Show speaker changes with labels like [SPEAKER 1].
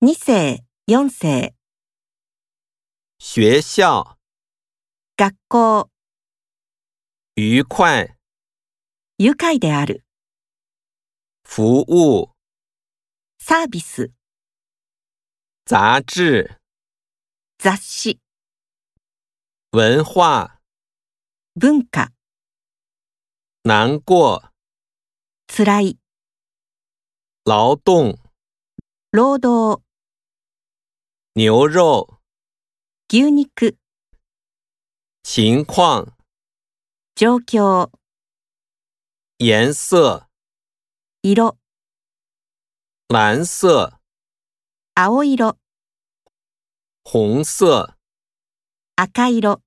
[SPEAKER 1] 2世、4世、
[SPEAKER 2] 学校
[SPEAKER 1] 学校、
[SPEAKER 2] 愉快，
[SPEAKER 1] 愉快である、
[SPEAKER 2] 服务
[SPEAKER 1] サービス、
[SPEAKER 2] 杂志，
[SPEAKER 1] 雑誌、
[SPEAKER 2] 文化
[SPEAKER 1] 文化、
[SPEAKER 2] 难过，
[SPEAKER 1] 辛い、
[SPEAKER 2] 劳动
[SPEAKER 1] 労働、
[SPEAKER 2] 牛肉
[SPEAKER 1] 牛肉、
[SPEAKER 2] 情况
[SPEAKER 1] 状況、
[SPEAKER 2] 颜色
[SPEAKER 1] 色、
[SPEAKER 2] 蓝色
[SPEAKER 1] 青色、
[SPEAKER 2] 红色。
[SPEAKER 1] 赤色。